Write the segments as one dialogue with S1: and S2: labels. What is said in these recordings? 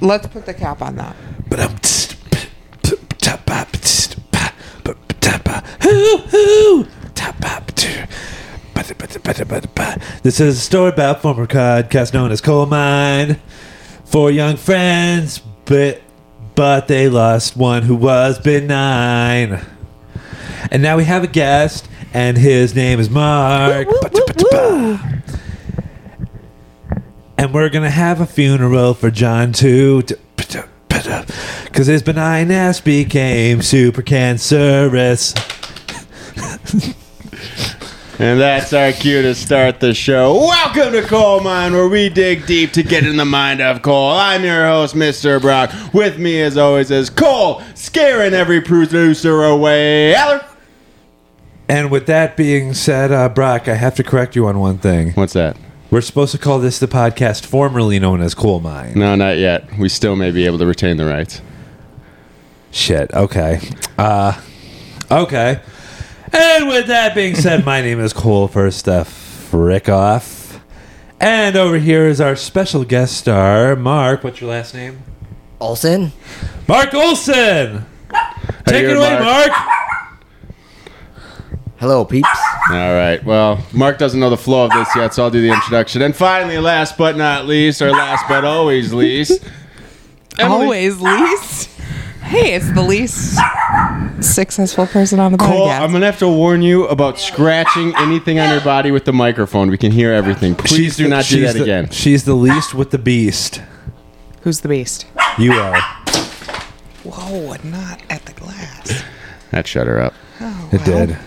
S1: Let's put the cap on that.
S2: But I'm. This is a story about a former podcast known as Coal Mine. Four young friends, but but they lost one who was benign. And now we have a guest, and his name is Mark. And we're gonna have a funeral for John too, because his benign ass became super cancerous.
S3: And that's our cue to start the show. Welcome to Coal Mine, where we dig deep to get in the mind of coal. I'm your host, Mr. Brock. With me, as always, is Cole, scaring every producer away. Eller?
S2: And with that being said, uh, Brock, I have to correct you on one thing.
S3: What's that?
S2: We're supposed to call this the podcast formerly known as Coal Mine.
S3: No, not yet. We still may be able to retain the rights.
S2: Shit. Okay. Uh, okay. And with that being said, my name is Cole First uh, Frickoff. And over here is our special guest star, Mark. What's your last name?
S4: Olson?
S2: Mark Olson. Take
S3: you
S2: it
S3: doing,
S2: away, Mark.
S3: Mark?
S4: Hello, peeps.
S3: All right. Well, Mark doesn't know the flow of this yet, so I'll do the introduction. And finally, last but not least, or last but always least, Emily.
S1: Always least. Hey, it's the least successful person on the
S3: Cole,
S1: podcast.
S3: I'm gonna have to warn you about scratching anything on your body with the microphone. We can hear everything. Please do
S2: the-
S3: not do
S2: she's
S3: that
S2: the-
S3: again.
S2: She's the least with the beast.
S1: Who's the beast?
S2: You are.
S1: Whoa, not at the glass. Oh,
S3: That shut her up.
S2: It did.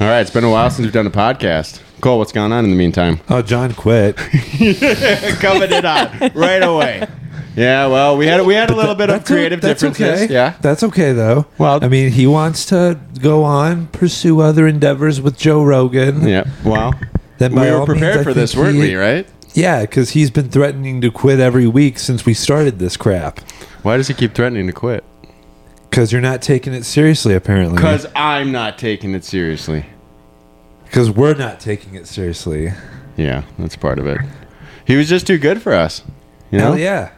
S3: All right, it's been a while since we've done a podcast. Cole, what's going on in the meantime?
S2: Oh, John quit.
S3: Coming it on right away. Yeah, well, we had we had a little bit of
S2: That's o-
S3: creative
S2: that's
S3: differences.
S2: Okay.
S3: Yeah,
S2: that's okay though.
S3: Well-
S2: I mean, he wants to go on pursue other endeavors with Joe Rogan.
S3: yeah. Well,
S2: Then by
S3: we
S2: all
S3: were
S2: means, I
S3: prepared for
S2: think
S3: this, weren't
S2: he-
S3: we? Right?
S2: Yeah, because he's been threatening to quit every week since we started this crap.
S3: Why does he keep threatening to quit?
S2: Because you're not taking it seriously, apparently.
S3: Because I'm not taking it seriously.
S2: Because we're not taking it seriously.
S3: Yeah, that's part of it. He was just too good for us. You know?
S2: Hell yeah.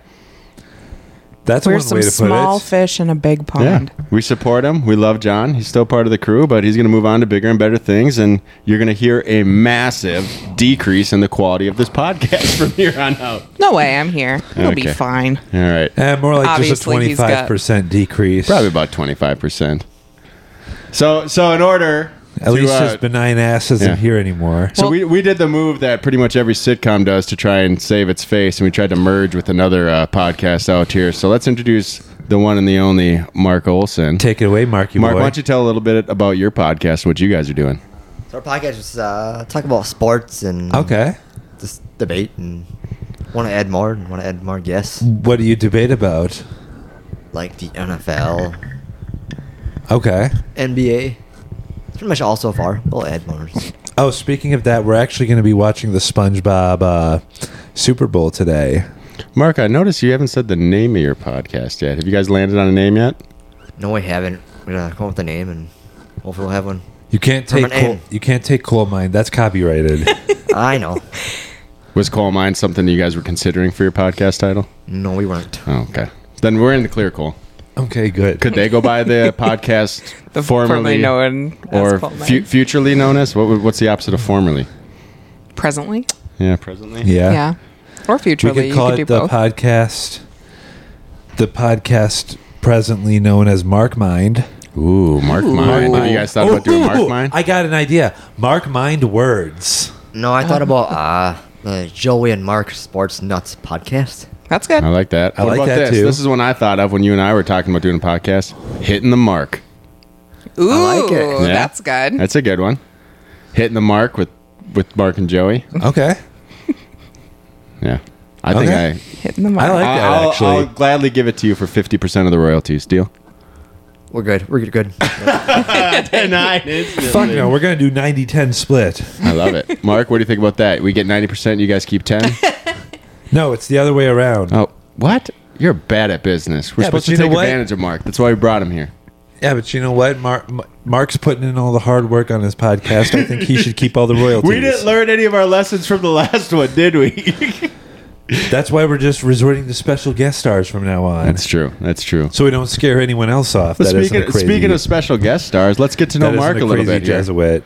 S2: That's
S1: We're
S2: one
S1: some
S2: way to
S1: small
S2: put it.
S1: fish in a big
S3: Yeah.
S1: pond.
S3: We support him. We love John. He's still part of the crew, but he's going to move on to bigger and better things. And you're going to hear a massive decrease in the quality of this podcast from here on out.
S1: No way, I'm here. He'll be
S3: Okay.
S1: fine.
S3: All right.
S2: And Eh, more like just a
S1: Obviously, he's got-
S2: 25% decrease.
S3: Probably about 25%. So, so in order.
S2: At least
S3: uh,
S2: his benign ass isn't
S3: yeah.
S2: here anymore.
S3: so
S1: Well-
S3: we, we did the move that pretty much every sitcom does to try and save its face, and we tried to merge with another uh, podcast out here. So let's introduce the one and the only Mark Olson.
S2: Take it away, Marky
S3: Mark,
S2: boy.
S3: why don't you tell a little bit about your podcast, what you guys are doing?
S4: So our podcast is uh, talk about sports and
S2: okay.
S4: just debate and want to add more and want to add more guests
S2: What do you debate about?
S4: like the NFL,
S2: Okay.
S4: NBA. Pretty much all so far. We'll add more.
S2: Oh, speaking of that, we're actually going to be watching the SpongeBob uh, Super Bowl today.
S3: Mark, I noticed you haven't said the name of your podcast yet. Have you guys landed on a name yet?
S4: No, we haven't. We're gonna come up with a name and hopefully we'll have one.
S2: You can't
S4: From
S2: take
S4: an
S2: coal,
S4: end.
S2: you can't take coal mine. That's copyrighted.
S4: I know.
S3: Was Coal Mine something that you guys were considering for your podcast title?
S4: No, we weren't.
S3: Oh, okay. Then we're in the clear, Coal.
S2: okay, good.
S3: Could they go by the podcast
S1: The
S3: formerly,
S1: known as
S3: or
S1: Coal Mine.
S3: fu- futurely known as? What, would- what's the opposite of formerly?
S1: presently.
S3: Yeah, presently.
S2: yeah.
S1: Yeah. Or
S2: we
S1: futurely,
S2: could
S1: you
S2: call
S1: could do
S2: it the
S1: both.
S2: podcast. The podcast presently known as Mark Mind.
S3: Ooh, Mark Mine. Have you guys thought about doing Mark
S2: Ooh,
S3: Mine?
S2: I got an idea. Mark Mind words.
S4: No, I thought about uh, the Joey and Mark Sports Nuts podcast.
S1: That's good.
S3: I like that.
S2: I
S3: what
S2: like
S3: about
S2: that,
S3: this?
S2: too.
S3: This is one I thought of when you and I were talking about doing a podcast. Hitting the mark.
S1: Ooh,
S4: like it.
S3: Yeah?
S1: that's good.
S3: That's a good one. Hitting the mark with with Mark and Joey.
S2: Okay.
S3: Yeah. I think
S2: Okay.
S3: I
S1: Hitting the
S2: I
S1: mark.
S2: like that
S3: I'll,
S2: actually.
S3: I'll gladly give it to you for 50% of the royalties. Deal?
S4: We're good. We're good.
S3: Nine
S2: Fuck no, we're gonna do 90-10 split.
S3: I love it. Mark, what do you think about that? We get 90%, you guys keep 10?
S2: No, it's the other way around.
S3: oh, what? You're bad at business. We're
S2: Yeah,
S3: supposed
S2: but
S3: to
S2: you
S3: take
S2: know what?
S3: advantage of Mark. That's why we brought him here.
S2: Yeah, but you know what? Mark, M- Mark's putting in all the hard work on his podcast. I think he should keep all the royalties.
S3: learn any of our lessons from the last one, did we?
S2: That's why we're just resorting to special guest stars from now on,
S3: That's true. That's true.
S2: so we don't scare anyone else off. That isn't
S3: speaking,
S2: a crazy,
S3: speaking of special guest stars, let's get to
S2: that
S3: know
S2: isn't
S3: Mark a, little
S2: crazy
S3: bit. Here.
S2: Jesuit.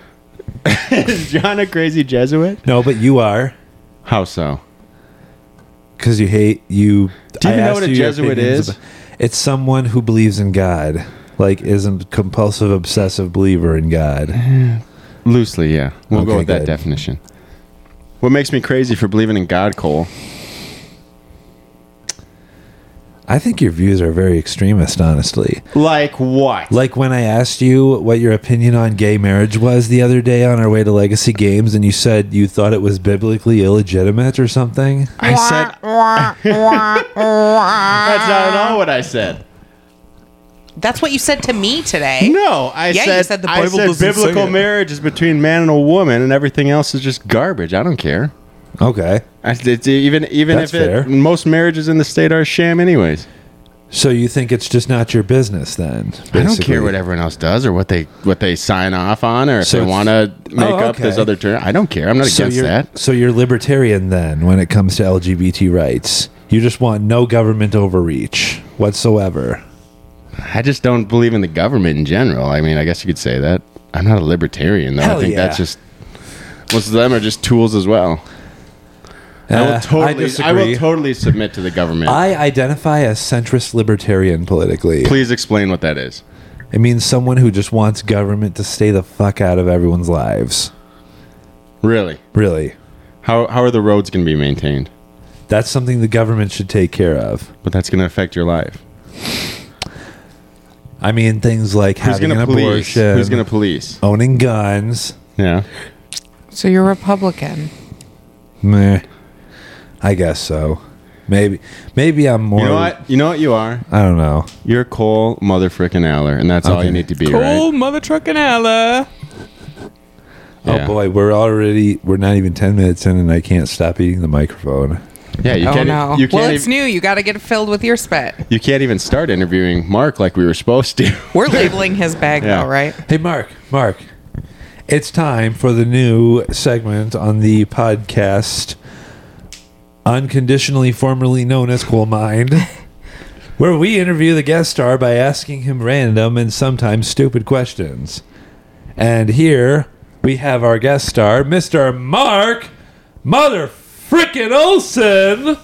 S3: Is John a crazy Jesuit?
S2: No, but you are
S3: How so?
S2: because you hate you.
S3: Do you
S2: I
S3: even know
S2: asked
S3: what a
S2: you your
S3: Jesuit
S2: opinions
S3: is?
S2: about- it's someone who believes in God, like is a compulsive, obsessive believer in God.
S3: Loosely, yeah. We'll go
S2: Okay,
S3: with that
S2: good.
S3: definition. What makes me crazy for believing in God, Cole?
S2: I think your views are very extremist, honestly.
S3: Like what?
S2: Like when I asked you what your opinion on gay marriage was the other day on our way to Legacy Games, and you said you thought it was biblically illegitimate or something.
S3: I said. That's not at
S1: Uh,
S3: all what I said.
S1: That's what you said to me today.
S3: No, I
S1: Yeah, you
S3: said,
S1: said the
S3: I
S1: Bible
S3: said
S2: doesn't say
S3: biblical
S2: it.
S3: marriage is between man and a woman, and everything else is just garbage. I don't care.
S2: Okay.
S3: I, it's uh, even even
S2: That's
S3: if it,
S2: fair.
S3: most marriages in the state are a sham, anyways.
S2: So you think it's just not your business then?
S3: I don't
S2: basically.
S3: care what everyone else does or what they what they sign off on or if
S2: So
S3: they
S2: it's- Oh,
S3: want to make up this
S2: okay.
S3: other term. I don't care. I'm not
S2: So
S3: against
S2: you're,
S3: that.
S2: so you're libertarian then when it comes to LGBT rights. You just want no government overreach whatsoever.
S3: I just don't believe in the government in general. I mean, I guess you could say that. I'm not a libertarian though.
S2: Hell
S3: I think that's
S2: yeah.
S3: just most of them are just tools as well. I
S2: Uh,
S3: will totally I, will
S2: disagree.
S3: totally submit to the government.
S2: I identify as centrist libertarian politically.
S3: Please explain what that is.
S2: It means someone who just wants government to stay the fuck out of everyone's lives.
S3: Really.
S2: Really.
S3: How how are the roads going to be maintained?
S2: That's something the government should take care of.
S3: But that's going to affect your life.
S2: I mean, things like
S3: Who's
S2: having
S3: going to
S2: an
S3: police?
S2: abortion,
S3: Who's going to police?
S2: owning guns.
S3: Yeah.
S1: So you're Republican.
S2: Meh. I guess so. Maybe, maybe I'm more.
S3: You know what? You know what you are?
S2: I don't know.
S3: You're Cole mother frickin' Aller, and that's all
S2: Okay.
S3: you need to be,
S1: Cool,
S3: right?
S1: mother trucking Ella.
S3: Yeah.
S2: Oh boy, we're already we're not even ten minutes in, and I can't stop eating the microphone.
S3: Yeah, you
S1: Oh
S3: can't. e-
S1: no!
S3: You can't.
S1: well,
S3: ev-
S1: it's new. You got to get it filled with your spit.
S3: you can't even start interviewing Mark like we were supposed to.
S1: We're labeling his bag
S3: Yeah.
S1: now, right?
S2: Hey, Mark, Mark, it's time for the new segment on the podcast, unconditionally formerly known as Cool Mind, where we interview the guest star by asking him random and sometimes stupid questions. And here we have our guest star, Mr. Mark Mother Frickin' Olson.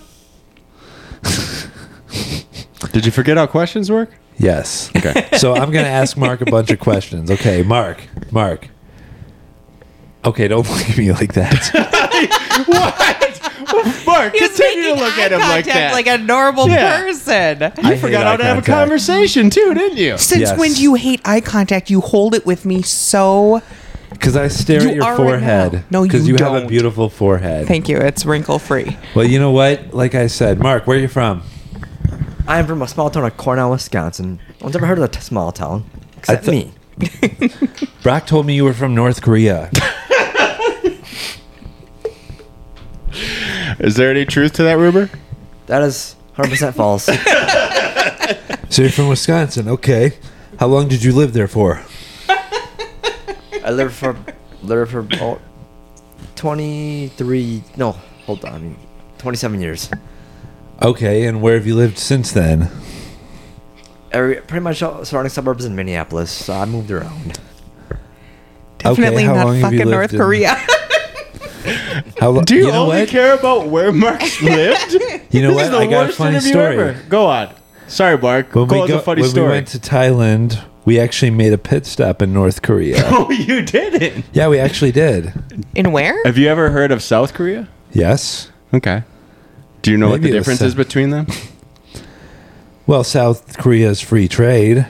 S3: Did you forget how questions work?
S2: Yes.
S3: Okay.
S2: So I'm going to ask Mark a bunch of questions. Okay, Mark. Mark. Okay, don't look at me like that.
S3: Mark,
S1: He's
S3: continue to
S1: making
S3: look
S1: eye
S3: at him like
S1: contact
S3: that.
S1: like a normal
S3: Yeah.
S1: person.
S2: I
S3: you
S2: hate
S3: forgot
S2: eye
S3: how to have a
S2: contact.
S3: conversation too, didn't you?
S1: Since
S2: Yes.
S1: when do you hate eye contact? You hold it with me so.
S2: Because I stare
S1: You
S2: at your
S1: are right
S2: forehead.
S1: now. No, you
S2: Because you have a
S1: don't.
S2: beautiful forehead.
S1: Thank you. It's wrinkle free.
S2: well, you know what? Like I said, Mark, where are you from?
S4: I'm from a small town of Cornell, Wisconsin. No one's ever heard of a t- small town except
S2: thought-
S4: me.
S2: Brock told me you were from North Korea.
S3: Is there any truth to that rumor?
S4: That is 100% false.
S2: so you're from Wisconsin. Okay. How long did you live there for?
S4: I lived for lived for about 23. No, hold on. I mean, 27 years.
S2: Okay, and where have you lived since then?
S4: Every, pretty much all surrounding suburbs in Minneapolis. So I moved around.
S1: Definitely
S2: how long
S1: not
S2: have you
S1: fucking North
S2: lived in-
S1: Korea.
S2: How lo-
S3: Do you,
S2: know
S3: only
S2: what?
S3: care about where Mark's lived?
S2: You know
S3: this
S2: what?
S3: is the
S2: I got a
S3: worst
S2: funny
S3: interview
S2: story.
S3: ever. Go on. Sorry, Mark.
S2: When,
S3: Go
S2: we,
S3: on
S2: go,
S3: a funny
S2: when
S3: story.
S2: we went to Thailand, we actually made a pit stop in North Korea.
S3: oh, you didn't.
S2: yeah, we actually did.
S1: In where?
S3: Have you ever heard of South Korea?
S2: Yes.
S3: Okay. Do you know what
S2: Maybe
S3: the
S2: it was
S3: difference
S2: South-
S3: is between them?
S2: Well, South Korea is free trade,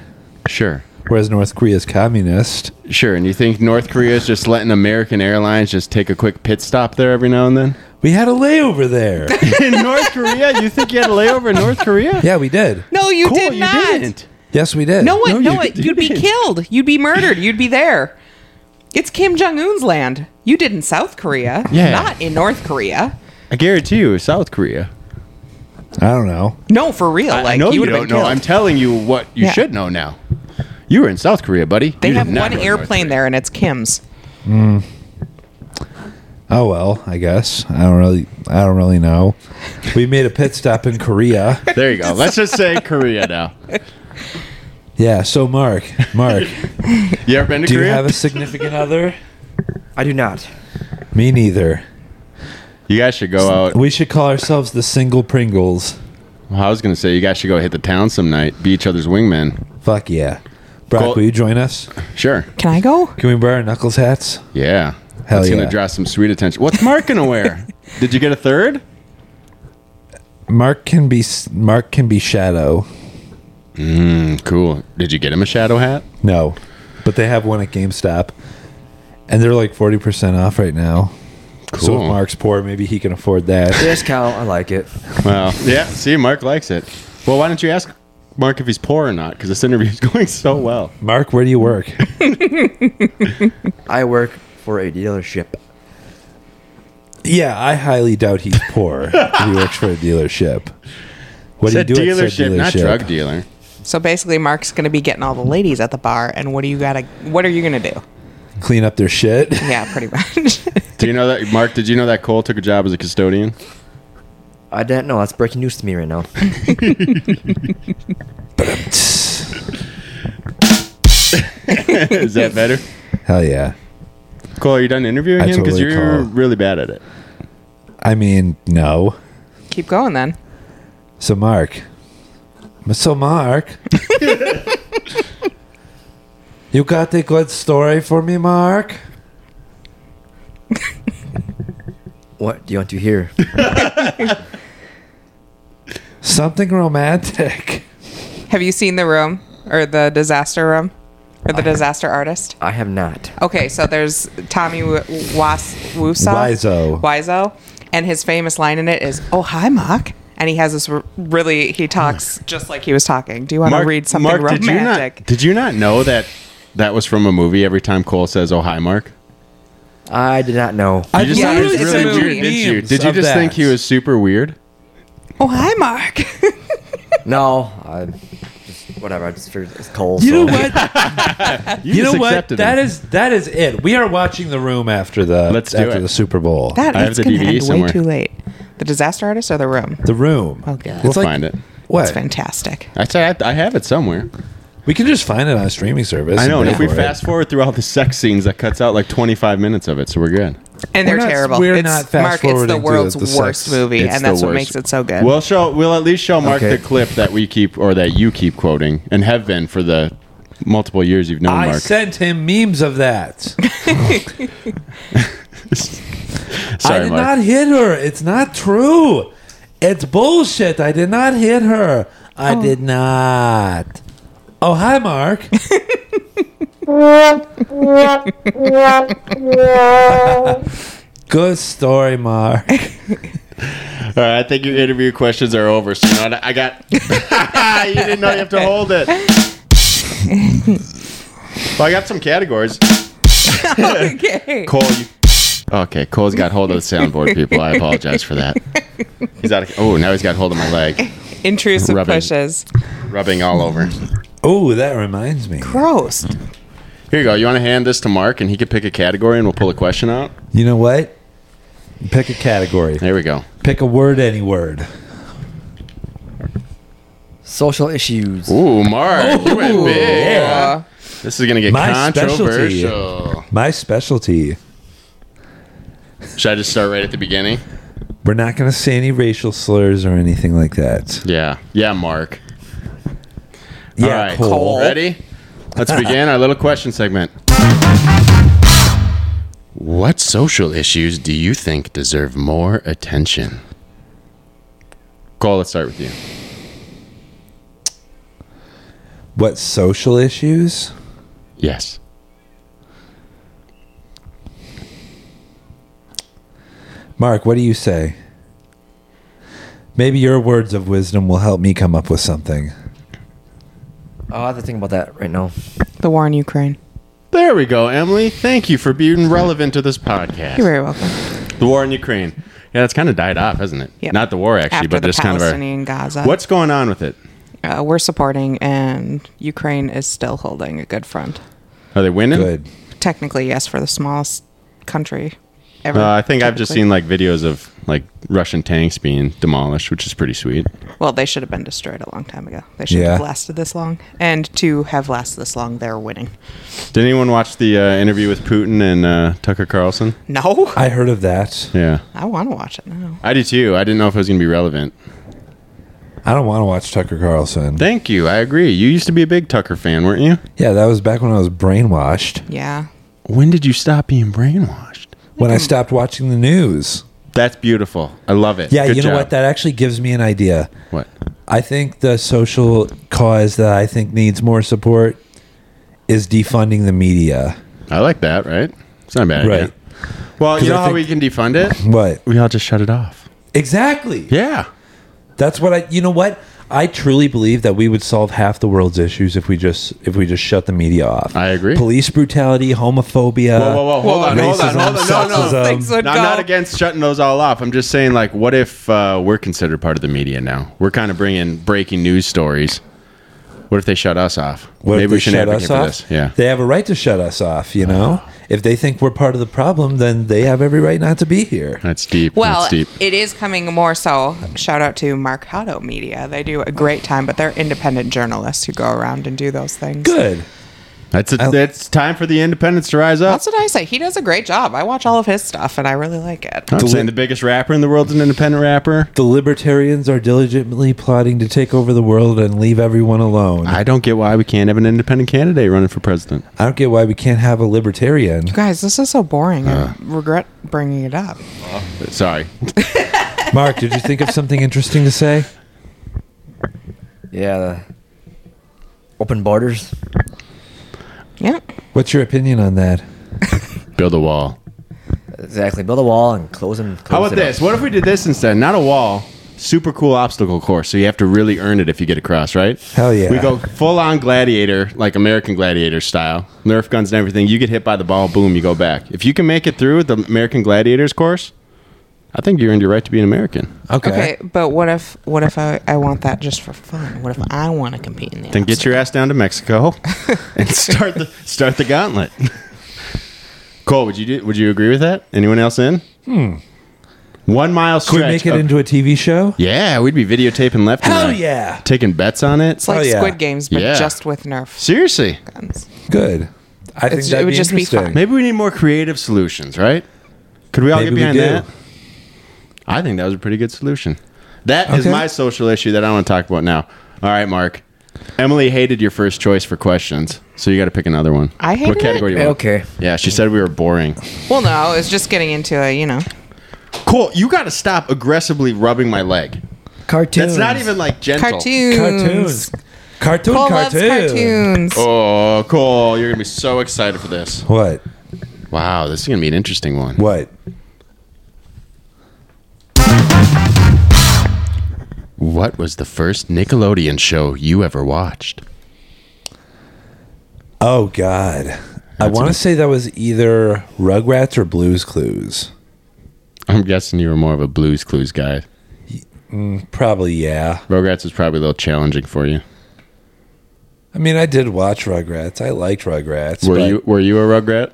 S3: Sure.
S2: whereas North Korea is communist.
S3: Sure, and you think North Korea is just letting American Airlines just take a quick pit stop there every now and then?
S2: We had a layover there.
S3: in North Korea, you think you had a layover in North Korea?
S2: yeah, we did.
S1: No, you
S3: Cool,
S1: did
S3: you
S1: not.
S3: didn't.
S2: Yes, we did.
S1: No one. No,
S3: you
S1: one. You'd be
S3: didn't.
S1: killed. You'd be murdered. You'd be there. It's Kim Jong Un's land. You did in South Korea,
S3: Yeah.
S1: not in North Korea.
S3: I guarantee you, South Korea.
S2: I don't know.
S1: No, for real.
S3: I-
S1: Like
S3: I know you,
S1: would have
S3: don't
S1: been
S3: know.
S1: killed.
S3: I'm telling you what you
S1: Yeah.
S3: should know now. You were in South Korea, buddy.
S1: They
S3: You did
S1: have
S3: not
S1: one
S3: go to North
S1: airplane
S3: Korea.
S1: there, and it's Kim's.
S2: Oh well, I guess I don't really, I don't really know. We made a pit stop in Korea.
S3: There you go. Let's just say Korea now.
S2: Yeah. So Mark, Mark,
S3: You ever been to
S2: do you
S3: Korea?
S2: have a significant other?
S4: I do not.
S2: Me neither.
S3: you guys should go out.
S2: We should call ourselves the Single Pringles.
S3: Well, I was gonna say you guys should go hit the town some night, be each other's wingmen.
S2: Fuck yeah. Brock,
S3: Cool.
S2: will you join us?
S3: Sure.
S1: Can I go?
S2: Can we wear our knuckles hats?
S3: Yeah.
S2: Hell
S3: That's
S2: yeah.
S3: gonna draw some sweet attention. What's Mark gonna wear? Did you get a third?
S2: Mark can be s- Mark can be Shadow.
S3: Mm, Cool. Did you get him a shadow hat?
S2: No, but they have one at GameStop, and they're like forty percent off right now. So
S3: Cool.
S2: if Mark's poor, maybe he can afford that.
S4: Discount. I like it.
S3: Well, yeah. See, Mark likes it. Well, why don't you ask Mark if he's poor or not? Because this interview is going so well.
S2: Mark, where do you work?
S4: I work for a dealership.
S2: yeah, I highly doubt he's poor. if he works for a dealership. What
S3: Said
S2: do you do at said
S3: dealership, not drug dealer.
S1: So basically, Mark's going to be getting all the ladies at the bar, and what do you got to? What are you going to do?
S2: Clean up their shit.
S1: Yeah, pretty much.
S3: Do you know that Mark? Did you know that Cole took a job as a custodian?
S4: I didn't know. That's breaking news to me right now.
S3: is that better?
S2: Hell yeah.
S3: Cole, are you done interviewing
S2: I
S3: him? Because
S2: totally
S3: you're
S2: call.
S3: really bad at it.
S2: I mean, no.
S1: Keep going then.
S2: So Mark. So Mark. you got a good story for me, Mark?
S4: What do you want to hear?
S2: Something romantic.
S1: Have you seen the room or the disaster room or the disaster artist?
S4: I have not.
S1: Okay, so there's Tommy W- Was
S2: Wiseau.
S1: Wiseau. Wiseau, and his famous line in it is, "Oh hi, Mark." And he has this r- really he talks just like he was talking. Do you want to read something romantic?
S3: Did you, not, did you not know that that was from a movie? Every time Cole says, "Oh hi, Mark,"
S4: I did not know.
S2: I
S3: you just thought it was
S1: literally
S3: really
S1: seen
S3: weird, didn't you?
S2: memes
S3: Did you
S2: of
S3: just
S2: that.
S3: think he was super weird?
S1: oh hi, Mark.
S4: No. I just whatever. I just figured it's cold.
S2: You know
S4: so-
S2: what? you know
S3: just
S2: what?
S3: accepted
S2: That
S3: him.
S2: is that is it. We are watching the room after the
S3: Let's do
S2: after
S3: it.
S2: the Super Bowl.
S1: that
S3: I have
S1: is
S3: the
S1: going to
S3: DVD
S1: end
S3: somewhere.
S1: way too late. The disaster artist or the room?
S2: the room.
S1: Oh, God.
S2: It's
S1: We'll
S2: like-
S3: find it.
S2: What?
S1: It's fantastic.
S3: I said I I have it somewhere.
S2: We can just find it on a streaming service.
S3: I know. And if
S2: pay
S3: we
S2: for it.
S3: fast forward through all the sex scenes, that cuts out like 25 minutes of it, so we're good.
S1: And
S2: We're
S1: they're
S2: not-
S1: terrible.
S2: we're
S1: it's,
S2: not fast
S1: Mark, it's the
S2: forwarding to
S1: world's
S2: the sex.
S1: worst movie,
S3: It's
S1: and
S3: the
S1: that's what
S3: worst.
S1: makes it so good.
S3: We'll show. We'll at least show Mark
S4: Okay.
S3: the clip that we keep or that you keep quoting and have been for the multiple years you've known
S2: I
S3: Mark.
S2: sent him memes of that. I
S3: Sorry,
S2: did
S3: Mark.
S2: not hit her. It's not true. It's bullshit. I did not hit her. I did not. Oh, hi, Mark. Good story, Mark.
S3: All right, I think your interview questions are over. So now I got. you didn't know you have to hold it. well, I got some categories.
S1: okay.
S3: Cole, you. Okay, Cole's got hold of the soundboard, people. I apologize for that. He's out. Of, oh, now he's got hold of my leg,
S1: Intrusive
S3: Rubbing.
S1: pushes.
S3: rubbing all over.
S2: Oh, that reminds me.
S1: Gross.
S3: Here you go. You want to hand this to Mark, and he can pick a category, and we'll pull a question out.
S2: You know what? Pick a category.
S3: There we go.
S2: Pick a word, any word.
S4: Social issues.
S3: Ooh, Mark, you went big.
S1: Yeah.
S3: This is gonna get
S2: My
S3: controversial.
S2: My specialty.
S3: Should I just start right at the beginning?
S2: We're not going to say any racial slurs or anything like that.
S3: Yeah, yeah, Mark. All right,
S2: cool.
S1: Cole.
S3: Ready? Let's begin our little question segment. What social issues do you think deserve more attention? Cole, let's start with you.
S2: What social issues?
S3: Yes.
S2: Mark, what do you say? Maybe your words of wisdom will help me come up with something.
S4: I'll have to think about that right now.
S1: The war in Ukraine.
S3: There we go, Emily. Thank you for being relevant to this podcast.
S1: You're very welcome.
S3: The war in Ukraine. Yeah, that's kind of died off, hasn't it?
S1: Yep.
S3: Not the war, actually,
S1: After
S3: but
S1: the
S3: just kind of our.
S1: Palestinian Gaza.
S3: What's going on with it?
S1: uh, we're supporting, and Ukraine is still holding a good front.
S3: Are they winning?
S2: Good.
S1: Technically, yes, for the smallest country. ever.
S3: Uh, I think I've just
S1: typically.
S3: seen like videos of like Russian tanks being demolished, which is pretty sweet.
S1: Well, they should have been destroyed a long time ago. They should
S2: Yeah.
S1: have lasted this long, and to have lasted this long, they're winning.
S3: Did anyone watch the uh, interview with Putin and uh, Tucker Carlson?
S1: No, I,
S2: I heard of that.
S3: Yeah,
S1: want to watch it now.
S3: I do too. I didn't know if it was going to be relevant.
S2: I don't want to watch Tucker Carlson.
S3: Thank you. I agree. You used to be a big Tucker fan, weren't you?
S2: Yeah, that was back when I was brainwashed.
S1: Yeah,
S3: When did you stop being brainwashed?
S2: When I stopped watching the news.
S3: That's beautiful. I love it.
S2: Yeah,
S3: Good
S2: you know
S3: job.
S2: what? That actually gives me an idea.
S3: What?
S2: I think the social cause that I think needs more support is defunding the media.
S3: I like that. Right? It's not a bad.
S2: Right.
S3: Idea. Well,
S2: 'Cause
S3: you know
S2: I
S3: how we can defund it?
S2: What?
S3: We all just shut it off.
S2: Exactly.
S3: Yeah.
S2: That's what I you know what? I truly believe that we would solve half the world's issues if we just if we just shut the media off.
S3: I agree.
S2: Police brutality, homophobia.
S3: Whoa, whoa, whoa! Hold on, hold
S2: racism,
S3: on, hold on! No, no,
S2: sexism.
S1: Things would
S3: No, I'm
S1: go-
S3: not against shutting those all off. I'm just saying, like, what if uh, we're considered part of the media now? We're kind of bringing breaking news stories. What if they shut us off?
S2: What
S3: Maybe
S2: if
S3: we
S2: they
S3: should
S2: shut
S3: advocate
S2: us
S3: for
S2: off?
S3: this. Yeah.
S2: They have a right to shut us off, you know? If they think we're part of the problem, then they have every right not to be here.
S3: That's deep.
S1: Well,
S3: That's deep.
S1: it is coming more so. Shout out to Mercado Media. They do a great time, but they're independent journalists who go around and do those things.
S2: Good.
S3: That's a, that's time for the independents to rise up.
S1: That's what I say. He does a great job. I watch all of his stuff and I really like it.
S3: I'm
S2: Deli-
S3: saying the biggest rapper in the world's an independent rapper.
S2: The libertarians are diligently plotting to take over the world and leave everyone alone. I,
S3: I don't get why we can't have an independent candidate running for president.
S2: don't get why we can't have a libertarian.
S1: Guys, this is so boring.
S3: Uh.
S1: I regret bringing it up.
S3: Sorry.
S2: Mark, did you think of something interesting to say?
S4: Yeah. the Open borders.
S1: Yeah.
S2: What's your opinion on that?
S3: Build a wall.
S4: Exactly. Build a wall and close them. Close
S3: How about
S4: it up.
S3: this? What if we did this instead? Not a wall, super cool obstacle course. So you have to really earn it if you get across, right?
S2: Hell yeah.
S3: We go full on gladiator, like American gladiator style, Nerf guns and everything. You get hit by the ball, boom, you go back. If you can make it through the American gladiators course, I think you earned your right to be an American.
S1: Okay, but what if what if I, I want that just for fun? What if I want to compete in the
S3: Then get your ass down to Mexico and start the start the gauntlet. Cole, would you do, would you agree with that? Anyone else in? Hmm. One mile
S2: Could
S3: stretch.
S2: we make it
S3: of-
S2: into a TV show?
S3: yeah, we'd be videotaping left. and
S2: Hell
S3: right.
S2: yeah.
S3: Taking bets on it.
S1: It's like
S2: Oh, yeah.
S1: Squid Games, but
S3: Yeah.
S1: just with Nerf
S3: Seriously.
S1: guns.
S2: Good. I think
S1: It's-
S2: that'd
S1: it would
S2: be
S1: just be
S2: interesting.
S1: fun.
S3: Maybe we need more creative solutions, right? Could we all
S2: Maybe
S3: get
S2: we
S3: behind
S2: do.
S3: that? I think that was a pretty good solution. That is
S2: Okay.
S3: my social issue that I want to talk about now. All right, Mark. Emily hated your first choice for questions, so you got to pick another one.
S1: I hated
S3: What category
S4: it?
S3: you want?
S4: Okay.
S3: Yeah, she said we were boring.
S1: Well, no, it's just getting into a you know.
S3: Cool. You got to stop aggressively rubbing my leg.
S4: Cartoons.
S3: That's not even like gentle.
S1: Cartoons.
S2: Cartoons. Cartoon
S1: Paul loves
S2: cartoon.
S1: cartoons.
S3: Oh, Cole, you're gonna be so excited for this.
S2: What?
S3: Wow, this is gonna be an interesting one.
S2: What?
S3: What was the first Nickelodeon show you ever watched?
S2: Oh God. I
S3: That's
S2: want to
S3: it.
S2: say that was either Rugrats or Blues Clues.
S3: I'm guessing you were more of a Blues Clues guy.
S2: Probably yeah.
S3: Rugrats was probably a little challenging for you.
S2: I mean, I did watch Rugrats. I liked Rugrats.
S3: Were
S2: but-
S3: you were you a Rugrat?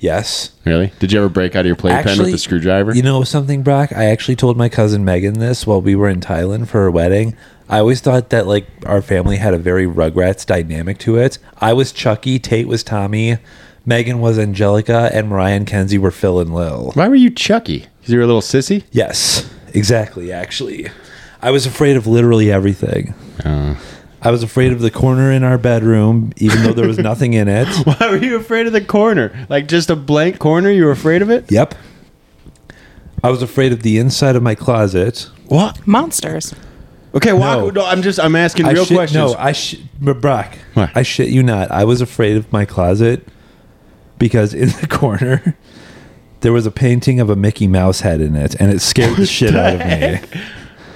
S2: Yes.
S3: Really? Did you ever break out of your playpen with a screwdriver?
S2: You know something, Brock? I actually told my cousin Megan this while we were in Thailand for her wedding. I always thought that like our family had a very Rugrats dynamic to it. I was Chucky, Tate was Tommy, Megan was Angelica, and Mariah and Kenzie were Phil and Lil.
S3: Why were you Chucky? Because you were a little sissy.
S2: Yes, exactly. Actually, I was afraid of literally everything.
S3: Uh.
S2: I was afraid of the corner in our bedroom, even though there was nothing in it.
S3: Why were you afraid of the corner? Like just a blank corner? You were afraid of it?
S2: Yep. I was afraid of the inside of my closet.
S3: What?
S1: Monsters.
S3: Okay, why?
S2: No.
S3: No. I'm just I'm asking real
S2: I shit,
S3: questions.
S2: No, I sh- but Brock.
S3: What?
S2: I shit you not. I was afraid of my closet because in the corner there was a painting of a Mickey Mouse head in it, and it scared the shit out of me.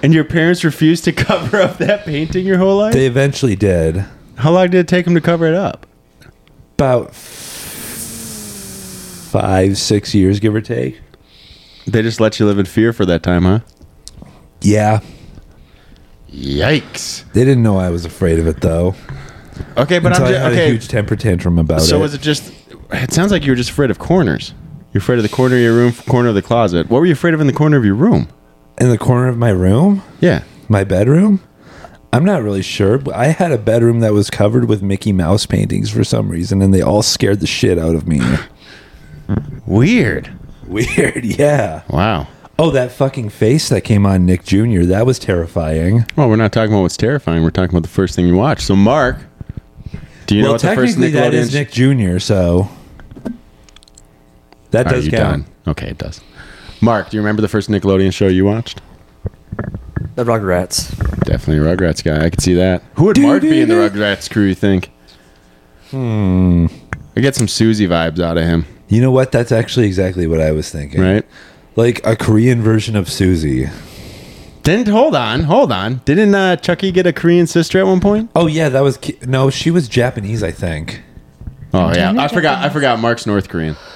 S3: and your parents refused to cover up that painting your whole life.
S2: They eventually did.
S3: How long did it take them to cover it up?
S2: About f- five, six years, give or take.
S3: They just let you live in fear for that time, huh?
S2: Yeah,
S3: Yikes.
S2: they didn't know I was afraid of it though.
S3: Okay, but
S2: Until I
S3: I'm just
S2: had a
S3: okay.
S2: huge temper tantrum about it.
S3: So was it just? It sounds like you were just afraid of corners. You're afraid of the corner of your room, corner of the closet. What were you afraid of in the corner of your room?
S2: In the corner of my room,
S3: Yeah.
S2: my bedroom. I'm not really sure, but I had a bedroom that was covered with Mickey Mouse paintings for some reason, and they all scared the shit out of me.
S3: Weird.
S2: Weird, yeah.
S3: Wow.
S2: Oh, that fucking face that came on Nick Jr. That was terrifying.
S3: Well, we're not talking about what's terrifying. We're talking about the first thing you watch. So, Mark, do you know
S2: well,
S3: what the first
S2: technically
S3: Nickelodeon?
S2: that is Nick Jr. So that
S3: Are
S2: does
S3: you
S2: count.
S3: done? Okay, it does. Mark, do you remember the first Nickelodeon show you watched?
S4: The Rugrats.
S3: Definitely a Rugrats guy. I could see that. Who would Mark be in the Rugrats crew? You think? Hmm. I get some Susie vibes out of him,
S2: You know what? That's actually exactly what I was thinking.
S3: right?
S2: Like a Korean version of Susie.
S3: Didn't hold on, hold on. Didn't uh, Chucky get a Korean sister at one point?
S2: Oh yeah, that was ki- no. She was Japanese, I think.
S3: Oh yeah, I forgot. I forgot. Mark's North Korean.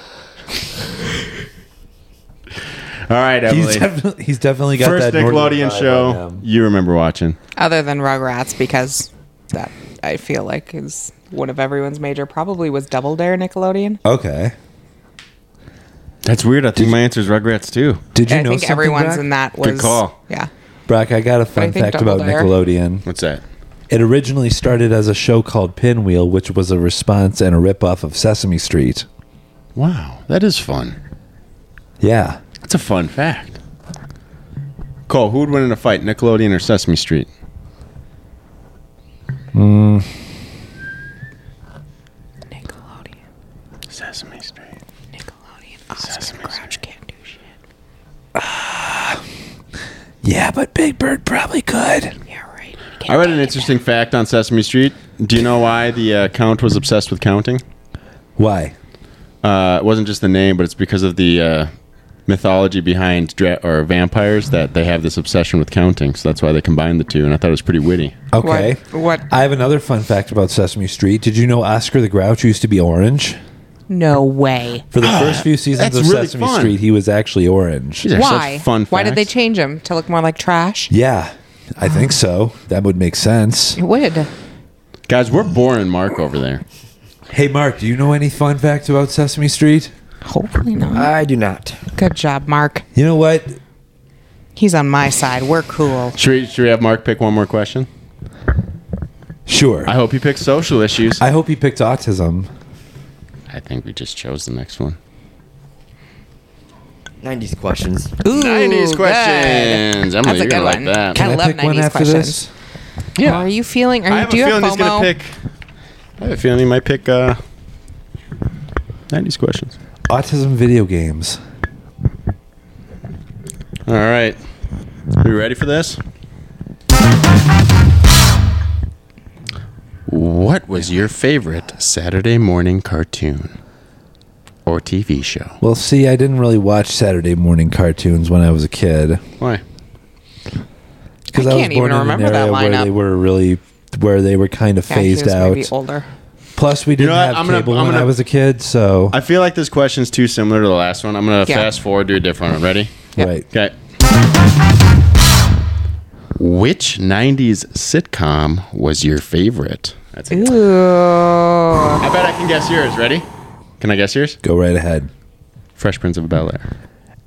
S3: All right,
S2: He's
S3: Emily.
S2: definitely he's definitely got
S3: First
S2: that northern
S3: Nickelodeon
S2: vibe on
S3: show
S2: him.
S3: you remember watching?
S1: Other than Rugrats, because that I feel like is one of everyone's major. Probably was Double Dare Nickelodeon.
S2: Okay.
S3: That's weird. I think my answer is Rugrats too.
S2: Did you
S1: I
S2: know
S1: think
S2: something,
S1: everyone's
S2: Brock?
S1: in that was
S3: Good call.
S1: yeah.
S2: Brock, I got a
S1: I
S2: fun
S1: think
S2: fact
S1: Double
S2: about
S1: Dare.
S2: Nickelodeon.
S3: What's that?
S2: It originally started as a show called Pinwheel, which was a response and a ripoff of Sesame Street.
S3: Wow, that is fun.
S2: Yeah.
S3: That's a fun fact. Cole, who would win in a fight, Nickelodeon or Sesame Street?
S1: Nickelodeon,
S3: Sesame Street.
S1: Nickelodeon, Oscar Grouch can't do shit.
S2: Yeah, but Big Bird probably could.
S1: Yeah, right.
S3: I read an interesting fact on Sesame Street. Do you know why the uh, count was obsessed with counting?
S2: Why?
S3: Uh, it wasn't just the name, but it's because of the uh, mythology behind dra- or vampires that they have this obsession with counting. So that's why they combined the two, and I thought it was pretty witty.
S2: Okay.
S1: What? what?
S2: I have another fun fact about Sesame Street. Did you know Oscar the Grouch used to be orange?
S1: No way.
S2: For the first few seasons
S3: That's
S2: of
S3: really
S2: Sesame
S3: fun.
S2: Street, he was actually orange.
S3: These are
S1: Why?
S3: such fun
S1: Why did they
S3: facts.
S1: change him to look more like trash?
S2: Yeah, I think so. That would make sense.
S1: It would.
S3: Guys, we're boring Mark over there.
S2: Hey, Mark, do you know any fun facts about Sesame Street?
S1: Hopefully not.
S4: I do not.
S1: Good job, Mark.
S2: You know what?
S1: He's on my side. We're cool.
S3: Should we, should we have Mark pick one more question?
S2: Sure.
S3: I hope he picks social issues.
S2: I hope he picked autism.
S3: I think we just chose the next one.
S4: 90s questions.
S1: Ooh,
S3: 90s
S1: good.
S3: questions. Emily,
S1: That's a
S3: you're gonna
S1: good
S3: like
S1: one.
S3: that.
S1: I
S3: Can
S1: love 90s questions.
S3: Yeah.
S1: Are you feeling? Are
S3: I
S1: you,
S3: have
S1: do
S3: a
S1: you have
S3: feeling he's
S1: FOMO?
S3: gonna pick. I have a feeling he might pick uh, '90s questions.
S2: Autism video games.
S3: All right, you ready for this? What was your favorite Saturday morning cartoon or TV show?
S2: Well, see, I didn't really watch Saturday morning cartoons when I was a kid
S3: Why?
S2: because
S1: I
S2: I, was
S1: can't even
S2: born in an
S1: remember that
S2: area where
S1: lineup.
S2: they were really where they were kind of
S1: Yeah, he
S2: phased
S1: was
S2: out.
S1: Maybe older.
S2: Plus, we didn't
S3: know what?
S2: have
S3: I'm gonna-
S2: cable
S3: I'm
S2: when
S3: gonna-
S2: I was a kid, so
S3: I feel like this question's too similar to the last one. I'm gonna
S1: Yeah.
S3: fast forward to a different one. Ready?
S1: Yeah.
S2: right.
S3: Okay. Which 90s sitcom was your favorite? That's it.
S1: Ooh.
S3: I bet I can guess yours. Ready? Can I guess yours?
S2: Go right ahead.
S3: Fresh Prince of Bel Air.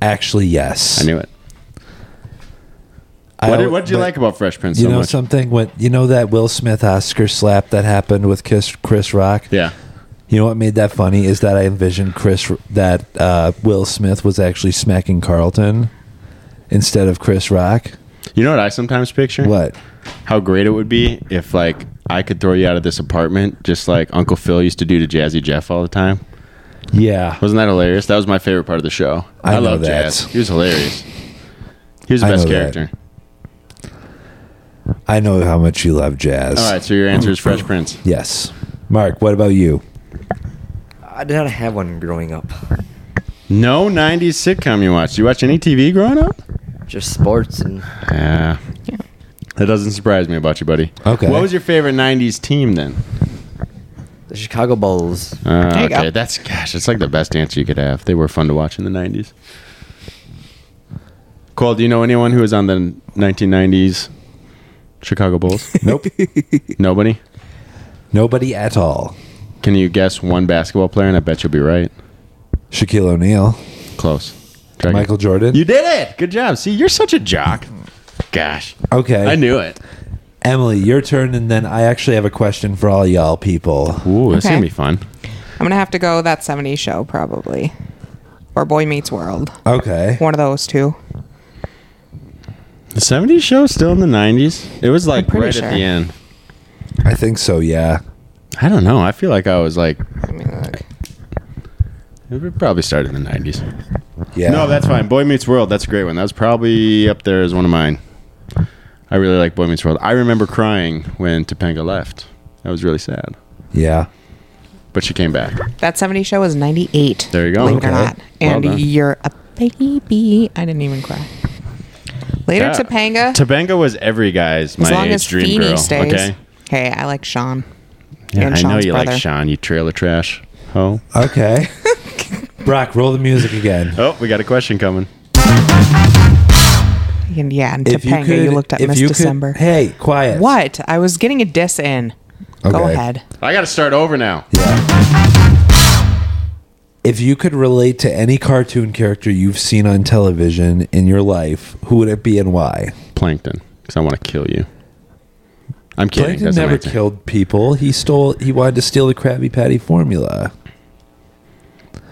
S2: Actually, yes.
S3: I knew it.
S2: I
S3: what did,
S2: don't-
S3: what did you
S2: but
S3: like about Fresh Prince
S2: You
S3: so
S2: know
S3: much?
S2: something? What you know that Will Smith Oscar slap that happened with Chris, Chris Rock?
S3: yeah.
S2: You know what made that funny is that I envisioned Chris that uh, Will Smith was actually smacking Carlton instead of Chris Rock.
S3: You know what I sometimes picture?
S2: What?
S3: How great it would be if like I could throw you out of this apartment just like Uncle Phil used to do to Jazzy Jeff all the time.
S2: Yeah.
S3: Wasn't that hilarious? That was my favorite part of the show.
S2: I know
S3: love
S2: that.
S3: Jazz. He was hilarious. He was the
S2: I
S3: best
S2: know that.
S3: character.
S2: I know how much you love jazz.
S3: All right, so your answer is Fresh
S2: Oh.
S3: Prince.
S2: Yes. Mark, what about you?
S4: I did not have one growing up.
S3: No 90s sitcom you watched. You watch any TV growing up?
S4: Just sports and
S3: Yeah.
S1: Yeah.
S3: That doesn't surprise me about you, buddy.
S2: Okay.
S3: What was your favorite 90s team then?
S4: the Chicago Bulls.
S3: Uh,
S1: There you
S3: okay,
S1: go.
S3: that's gosh, it's like the best answer you could have. They were fun to watch in the '90s. Cole, do you know anyone who was on the 1990s Chicago Bulls?
S2: Nope.
S3: Nobody.
S2: Nobody at all.
S3: Can you guess one basketball player? And I bet you'll be right.
S2: Shaquille O'Neal,
S3: Close.
S2: Michael Jordan.
S3: You did it. Good job. See, you're such a jock. Gosh.
S2: okay.
S3: I knew it.
S2: Emily, your turn, and then I actually have a question for all y'all people.
S3: Ooh, this is
S1: Okay.
S3: going to be fun.
S1: I'm gonna have to go that '70s show probably, or Boy Meets World.
S2: Okay.
S1: One of those two.
S3: The 70s show still in the 90s? It was like
S1: pretty
S3: right
S1: sure.
S3: at the end.
S2: I think so, yeah.
S3: I don't know. I feel like I was like,
S1: I mean, like,
S3: it probably started in the 90s.
S2: Yeah.
S3: No, that's fine. Boy Meets World, that's a great one. That was probably up there as one of mine. I really like Boy Meets World. I remember crying when Topanga left. That was really sad.
S2: Yeah.
S3: But she came back.
S1: that '70s show was '98.
S3: There you go.
S1: Believe it or
S2: Okay.
S1: not,
S3: Well
S1: and
S3: done.
S1: you're a baby. I didn't even cry. Later,
S3: Yeah.
S1: Topanga.
S3: Topanga was every guy's
S1: as
S3: my
S1: long
S3: age
S1: as
S3: dream
S1: Feeny
S3: girl.
S1: stays.
S3: Okay.
S1: Hey, I like Sean.
S3: Yeah,
S1: and
S3: I know
S1: Sean's
S3: you like
S1: brother.
S3: Sean, you trailer trash. Oh.
S2: Okay. Brock, roll the music again.
S3: Oh, we got a question coming.
S1: And yeah, and Topanga. You, looked up Miss
S2: you could-
S1: December.
S2: hey, quiet.
S1: What? I was getting a diss in. Go
S2: Okay.
S1: ahead.
S3: I got to start over now.
S2: If you could relate to any cartoon character you've seen on television in your life, who would it be and why?
S3: Plankton, because I want to kill you. I'm kidding.
S2: Plankton
S3: doesn't
S2: never
S3: matter.
S2: killed people. He stole. He wanted to steal the Krabby Patty formula.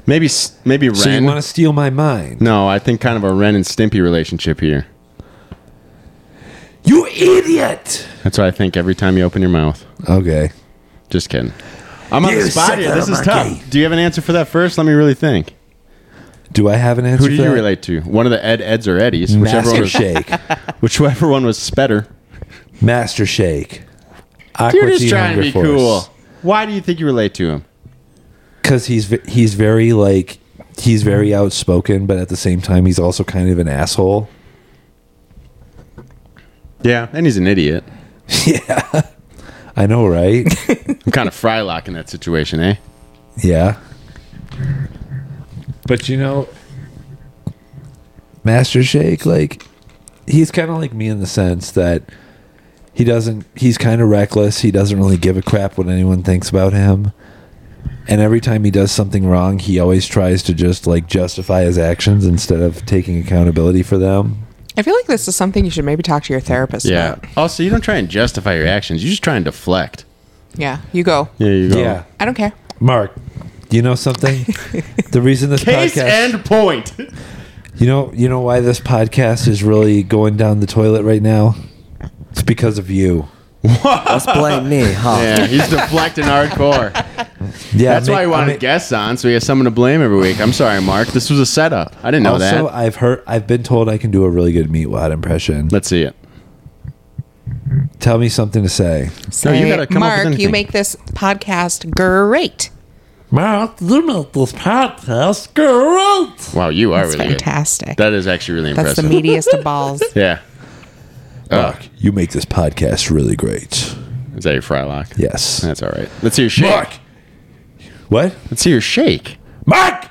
S3: Maybe, s- maybe Ren.
S2: So you want to steal my mind?
S3: no, I think kind of a Ren and Stimpy relationship here.
S2: You idiot!
S3: That's what I think every time you open your mouth.
S2: Okay.
S3: Just kidding. I'm on
S2: You
S3: the spot here.
S2: sucker
S3: This is
S2: monkey.
S3: tough. Do you have an answer for that first? Let me really think.
S2: Do I have an answer?
S3: Who do
S2: for
S3: you
S2: that?
S3: relate to? One of the Ed Eds or Eddies, whichever
S2: Master
S3: one was
S2: Shake.
S3: whichever one was Spetter.
S2: Master Shake.
S3: You're just trying to be cool. Why do you think you relate to him?
S2: because he's ve- he's very like he's very outspoken, but at the same time he's also kind of an asshole.
S3: Yeah, and he's an idiot.
S2: yeah, I know, right?
S3: I'm kind of Frylock in that situation, eh?
S2: yeah, but you know, Master Shake, like he's kind of like me in the sense that he doesn't he's kind of reckless. He doesn't really give a crap what anyone thinks about him. And every time he does something wrong, he always tries to just like justify his actions instead of taking accountability for them.
S1: I feel like this is something you should maybe talk to your therapist
S3: Yeah.
S1: about.
S3: Also, you don't try and justify your actions. You just try and deflect.
S1: Yeah. You go.
S3: Yeah, you
S2: Yeah.
S1: I don't care.
S2: Mark, you know something? the reason this
S3: Case
S2: podcast,
S3: and point.
S2: you know, you know why this podcast is really going down the toilet right now? It's because of you.
S4: Let's blame me, huh?
S3: yeah, he's deflecting hardcore.
S2: Yeah,
S3: That's why we wanted guests on, so we have someone to blame every week. I'm sorry, Mark. This was a setup. I didn't know
S2: Also,
S3: that.
S2: I've heard, I've been told I can do a really good meat wad impression.
S3: Let's see it.
S2: Tell me something to say.
S1: Say,
S3: you gotta come up
S1: Mark,
S3: with
S1: you
S3: anything.
S1: make this podcast great.
S2: Mark, you make this podcast great.
S3: Wow, you are
S1: It's
S3: really good.
S1: fantastic.
S3: That is actually really
S1: That's the
S3: impressive.
S1: meatiest of balls.
S3: yeah. Oh,
S2: Mark, you make this podcast really great.
S3: is that your frylock?
S2: Yes.
S3: That's all right. Let's hear your shake.
S2: Mark. What?
S3: Let's hear your shake.
S2: Mark,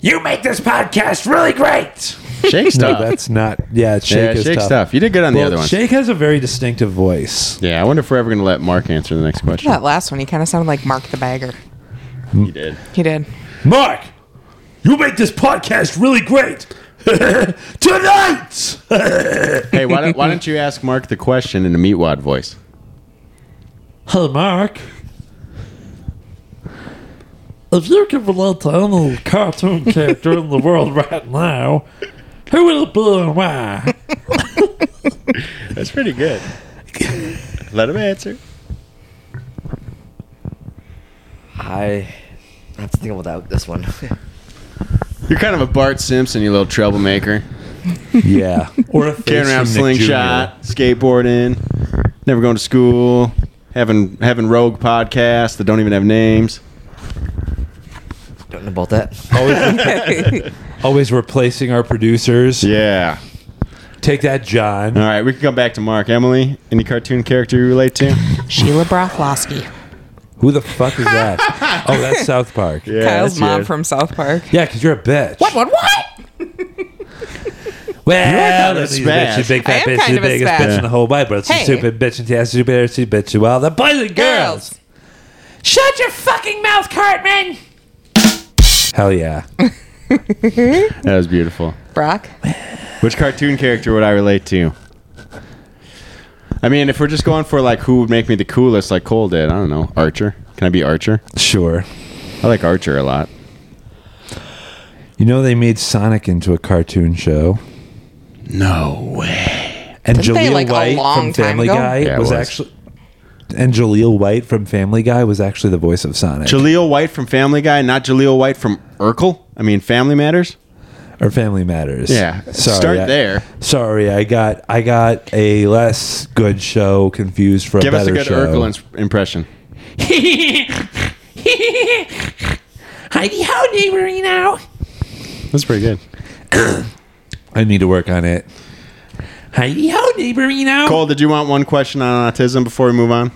S2: you make this podcast really great.
S3: Shake
S2: No,
S3: stuff.
S2: that's not. Yeah, shake
S3: yeah,
S2: is
S3: shake
S2: tough.
S3: stuff. You did good on the
S2: Well,
S3: other one.
S2: Shake has a very distinctive voice.
S3: Yeah, I wonder if we're ever going to let Mark answer the next question.
S1: that last one, he kind of sounded like Mark the Bagger.
S3: He did.
S1: He did.
S2: Mark, you make this podcast really great. Tonight!
S3: Hey, why don't, why don't you ask Mark the question in a meat wad voice?
S2: Hey, Mark. If you could relate to any cartoon character in the world right now, who would it be and why?
S3: That's pretty good. let him answer.
S4: I I have to think about that, this one.
S3: You're kind of a Bart Simpson, you little troublemaker.
S2: Yeah. Or if
S3: Carrying around slingshot, skateboarding, never going to school, having having rogue podcasts that don't even have names.
S4: Don't know about that.
S2: Always replacing our producers.
S3: Yeah.
S2: Take that, John.
S3: All right, we can come back to Mark. Emily, any cartoon character you relate to?
S1: Sheila Brocklowski.
S2: Who the fuck is that? oh, that's South Park. Yeah,
S1: Kyle's mom from South Park.
S2: because you're a bitch. What?
S1: What? What?
S2: Well,
S3: You're
S2: that's
S3: kind
S2: a
S3: of a spaz.
S2: bitch, she's a big
S1: I
S2: fat
S1: am
S2: bitch, she's
S1: kind
S2: the
S1: of a
S2: biggest
S1: spaz.
S2: bitch in the whole wide world. She's
S1: Hey.
S2: a stupid bitch, and she has to be there, she's a bitch, and well, the boys and girls.
S1: Girls.
S2: Shut your fucking mouth, Cartman! Hell yeah.
S3: That was beautiful.
S1: Brock?
S3: Which cartoon character would I relate to? I mean, if we're just going for like who would make me the coolest, like Cole did, I don't know. Archer. Can I be Archer?
S2: Sure.
S3: I like Archer a lot.
S2: You know they made Sonic into a cartoon show.
S3: No way.
S2: And
S1: Didn't they,
S2: Jaleel
S1: like, a
S2: White
S1: long
S2: from
S1: time
S2: Family
S1: ago?
S2: Guy
S3: Yeah, it
S2: was,
S3: was.
S2: actually and Jaleel White from Family Guy was actually the voice of Sonic
S3: Jaleel White from Family Guy, not Jaleel White from Urkel. I mean, Family Matters.
S2: or Family Matters.
S3: Yeah.
S2: Sorry,
S3: Start
S2: I-
S3: there.
S2: Sorry, I got I got a less good show confused for
S3: Give
S2: a
S3: us a
S2: better
S3: good
S2: show.
S3: Urkel ins- impression.
S5: Heidi ho, neighborino.
S3: That's pretty good.
S2: I need to work on it.
S5: Heidi ho, neighborino.
S3: Cole, did you want one question on autism before we move on?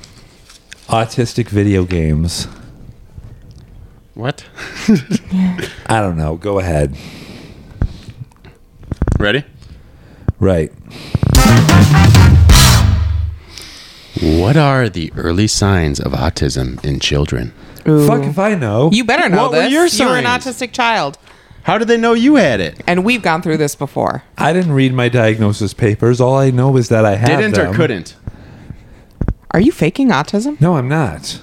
S2: Autistic video games.
S3: What?
S2: I don't know. Go ahead.
S3: Ready?
S2: Right.
S3: What are the early signs of autism in children?
S2: Fuck if I know.
S1: You better know
S3: What were
S1: this.
S3: your
S1: You're an
S3: signs?
S1: autistic child.
S3: How did they know you had it?
S1: And we've gone through this before.
S2: I didn't read my diagnosis papers. All I know is that I had
S3: Didn't
S2: them.
S3: or couldn't?
S1: Are you faking autism?
S2: No, I'm not.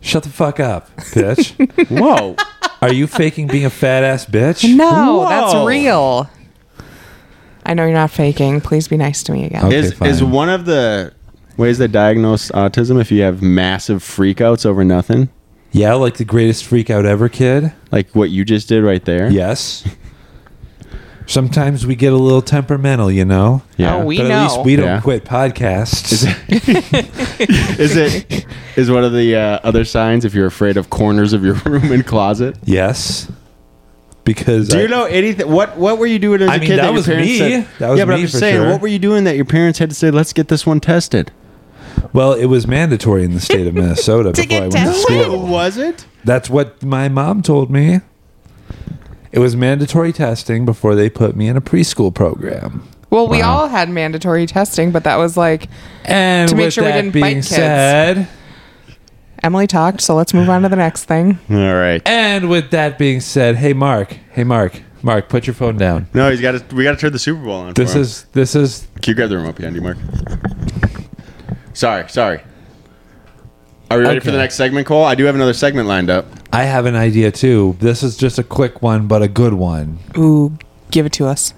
S2: Shut the fuck up, bitch.
S3: Whoa.
S2: Are you faking being a fat ass bitch?
S1: No, that's
S3: Whoa.
S1: real. I know you're not faking. Please be nice to me again.
S2: Okay,
S3: is is
S2: fine.
S3: one of the ways they diagnose autism if you have massive freakouts over nothing?
S2: Yeah, like the greatest freak out ever, kid.
S3: Like what you just did right there?
S2: Yes. Sometimes we get a little temperamental, you know.
S3: Yeah.
S1: Oh, we
S2: but at
S1: know.
S2: least we don't
S3: Yeah.
S2: quit podcasts.
S3: Is it is one of the uh, other signs if you're afraid of corners of your room and closet?
S2: yes. Because
S3: Do
S2: I-
S3: you know anything? What What were you doing as a
S2: I mean,
S3: kid?
S2: that
S3: your
S2: was
S3: parents
S2: me.
S3: Said,
S2: That was
S3: yeah, but
S2: me
S3: I'm just
S2: for
S3: saying,
S2: sure.
S3: what were you doing that your parents had to say, "Let's get this one tested"?
S2: well, it was mandatory in the state of Minnesota before I
S1: get
S2: went to
S1: tested.
S2: school.
S3: Was it?
S2: That's what my mom told me. It was mandatory testing before they put me in a preschool program.
S1: Well, we all had mandatory testing, but that was like
S2: And
S1: To make
S2: with
S1: sure we
S2: that
S1: didn't bite
S2: being
S1: kids.
S2: said,
S1: Emily talked, so let's move on to the next thing.
S3: All right.
S2: and with that being said, hey Mark, hey Mark, Mark, put your phone down.
S3: No, he's got. To, we got to turn the Super Bowl on.
S2: This
S3: for him.
S2: is this is
S3: Can you grab the remote behind you, Mark? Sorry, sorry. Are we ready for
S2: Okay.
S3: the next segment, Cole? I do have another segment lined up.
S2: I have an idea too. This is just a quick one but a good one.
S1: Ooh, give it to us.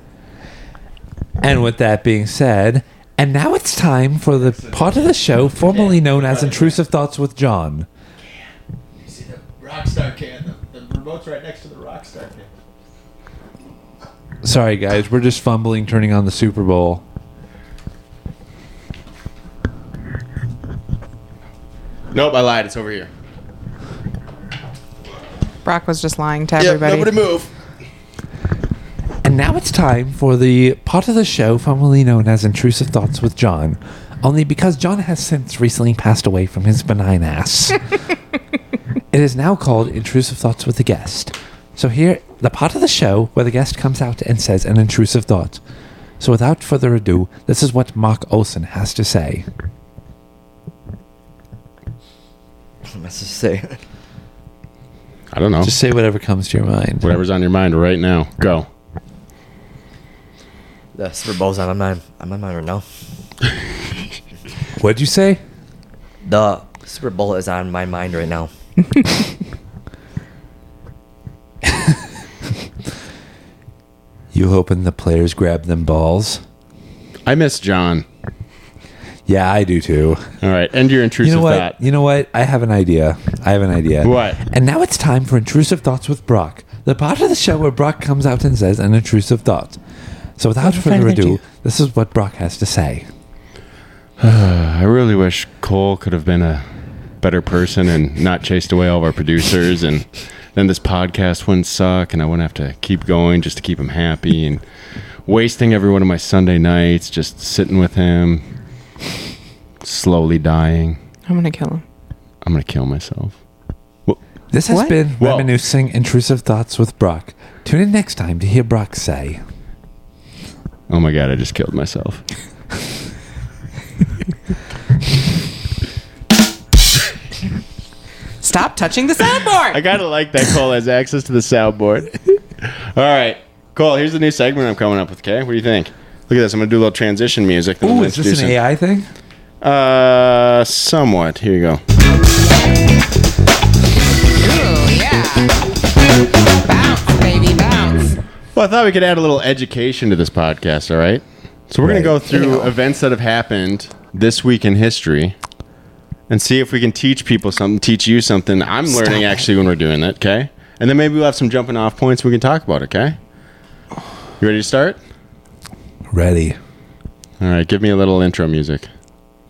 S2: And with that being said, and now it's time for the part of the show formerly known as Intrusive Thoughts with John.
S3: You see the Rockstar can. The, the remote's right next to the Rockstar can.
S2: Sorry guys, we're just fumbling turning on the Super Bowl.
S3: Nope, I lied. It's over here.
S1: Brock was just lying to everybody.
S3: move.
S2: And now it's time for the part of the show formerly known as Intrusive Thoughts with John. Only because John has since recently passed away from his benign ass. it is now called Intrusive Thoughts with the Guest. So here, the part of the show where the guest comes out and says an intrusive thought. So without further ado, this is what Mark Olson has to say.
S4: Let's just say.
S3: I don't know.
S2: Just say whatever comes to your mind.
S3: Whatever's on your mind right now. Go.
S4: The Super Bowl's on my mind. On my mind right now.
S2: What'd you say?
S4: The Super Bowl is on my mind right now.
S2: You hoping the players grab them balls?
S3: I miss John.
S2: Yeah, I do too.
S3: All right, end your
S2: You
S3: intrusive
S2: know what?
S3: thought.
S2: You know what? I have an idea. I have an idea.
S3: What?
S2: And now it's time for intrusive thoughts with Brock, the part of the show where Brock comes out and says an intrusive thought. So without further ado, this is what Brock has to say.
S3: I really wish Cole could have been a better person and not chased away all of our producers, and then this podcast wouldn't suck, and I wouldn't have to keep going just to keep him happy and wasting every one of my Sunday nights just sitting with him, slowly dying.
S1: I'm gonna kill him.
S3: I'm gonna kill myself.
S2: This has
S1: What?
S2: been
S3: Whoa.
S2: reminiscing intrusive thoughts with Brock. Tune in next time to hear Brock say.
S3: Oh my god, I just killed myself.
S1: Stop Stop touching the soundboard.
S3: I gotta like that Cole has access to the soundboard. All right, Cole. Here's the new segment I'm coming up with. Okay, what do you think? Look at this. I'm gonna do a little transition music. then
S2: Ooh,
S3: we'll
S2: is this
S3: introduce
S2: an
S3: him.
S2: AI thing?
S3: Uh, somewhat. Here you go.
S1: Ooh, yeah. Bounce, baby, bounce.
S3: Well, I thought we could add a little education to this podcast. All right. So we're
S2: Right.
S3: gonna go through events that have happened this week in history, and see if we can teach people something. Teach you something. I'm learning actually when we're doing that. Okay. And then maybe we'll have some jumping off points we can talk about. Okay. You ready to start?
S2: Ready.
S3: All right. Give me a little intro music.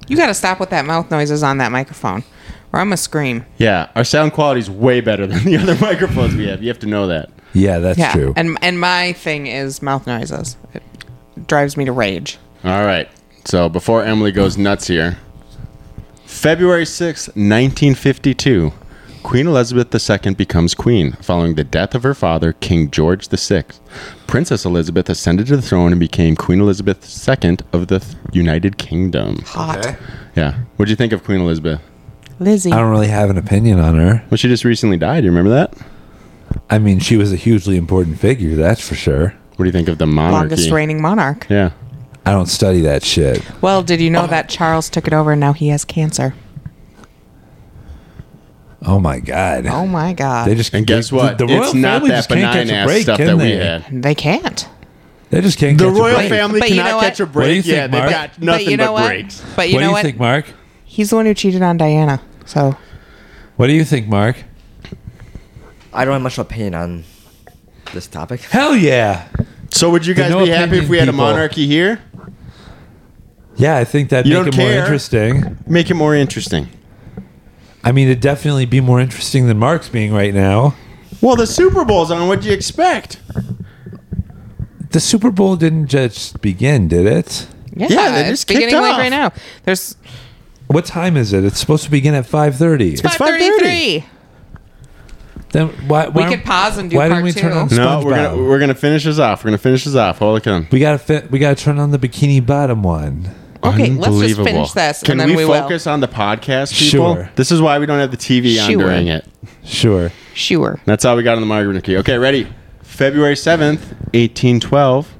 S1: You got to stop with that mouth noises on that microphone, or I'm gonna scream.
S3: Yeah, our sound quality is way better than the other microphones we have. You have to know that.
S2: Yeah, that's
S1: Yeah,
S2: true.
S1: and and my thing is mouth noises. It drives me to rage.
S3: All right. So before Emily goes nuts here, February sixth, 1952, Queen Elizabeth II becomes queen following the death of her father, King George VI. Princess Elizabeth ascended to the throne and became Queen Elizabeth II of the th- United Kingdom.
S1: Hot,
S3: Yeah. What'd you think of Queen Elizabeth?
S1: Lizzie.
S2: I don't really have an opinion on her.
S3: Well, she just recently died. You remember that?
S2: I mean, she was a hugely important figure, that's for sure.
S3: What do you think of the monarchy?
S1: Longest reigning monarch.
S3: Yeah.
S2: I don't study that shit.
S1: Well, did you know that Charles took it over and now he has cancer?
S2: Oh my god.
S1: Oh my God.
S2: They just
S3: And guess
S2: they-
S3: what?
S2: The, royal
S3: it's not
S2: family
S3: that
S2: just can't
S3: benign
S2: catch a
S3: ass
S2: break,
S3: stuff
S2: can
S3: that
S2: they?
S3: we had.
S1: they can't.
S2: They just can't
S3: The
S2: catch a
S3: royal
S2: break.
S3: family
S1: But you
S3: cannot
S1: know what?
S3: catch a
S2: What do
S3: break.
S2: you think,
S3: yeah,
S2: Mark?
S3: they've got nothing
S1: but you know
S3: but
S1: what?
S3: breaks.
S1: But you
S2: what
S1: know
S2: do you
S1: what?
S2: think, Mark?
S1: He's the one who cheated on Diana. So
S2: What do you think, Mark?
S4: I don't have much opinion on this topic.
S2: Hell yeah.
S3: So would you guys
S2: no
S3: be happy if
S2: opinion
S3: we had a
S2: people.
S3: monarchy here?
S2: Yeah, I think that'd
S3: You
S2: make it
S3: don't
S2: more
S3: care?
S2: interesting.
S3: Make it more interesting.
S2: I mean, it'd definitely be more interesting than Mark's being right now.
S3: Well, the Super Bowl's on. What'd you expect?
S2: The Super Bowl didn't just begin, did it?
S1: yeah,
S3: Yeah, they
S1: it's
S3: just kicked
S1: beginning like
S3: off.
S1: right now. There's
S2: What time is it? It's supposed to begin at five thirty.
S1: five
S3: 5:33.
S1: thirty-three.
S2: Then why, why
S1: could pause and do
S2: Why
S1: part
S2: didn't we turn
S1: two.
S2: on
S3: No,
S2: SpongeBob?
S3: we're gonna we're gonna finish this off. We're gonna finish this off. Hold on.
S2: we gotta fit, we gotta turn on the Bikini Bottom one.
S1: Okay, let's just
S3: Unbelievable.
S1: finish this
S3: Can
S1: and then
S3: we,
S1: we will.
S3: focus on the podcast, people?
S2: Sure.
S3: This is why we don't have the TV on
S1: Sure.
S3: during it.
S2: Sure.
S1: Sure.
S3: That's how we got on the monarchy. Okay, ready? February seventh, eighteen twelve.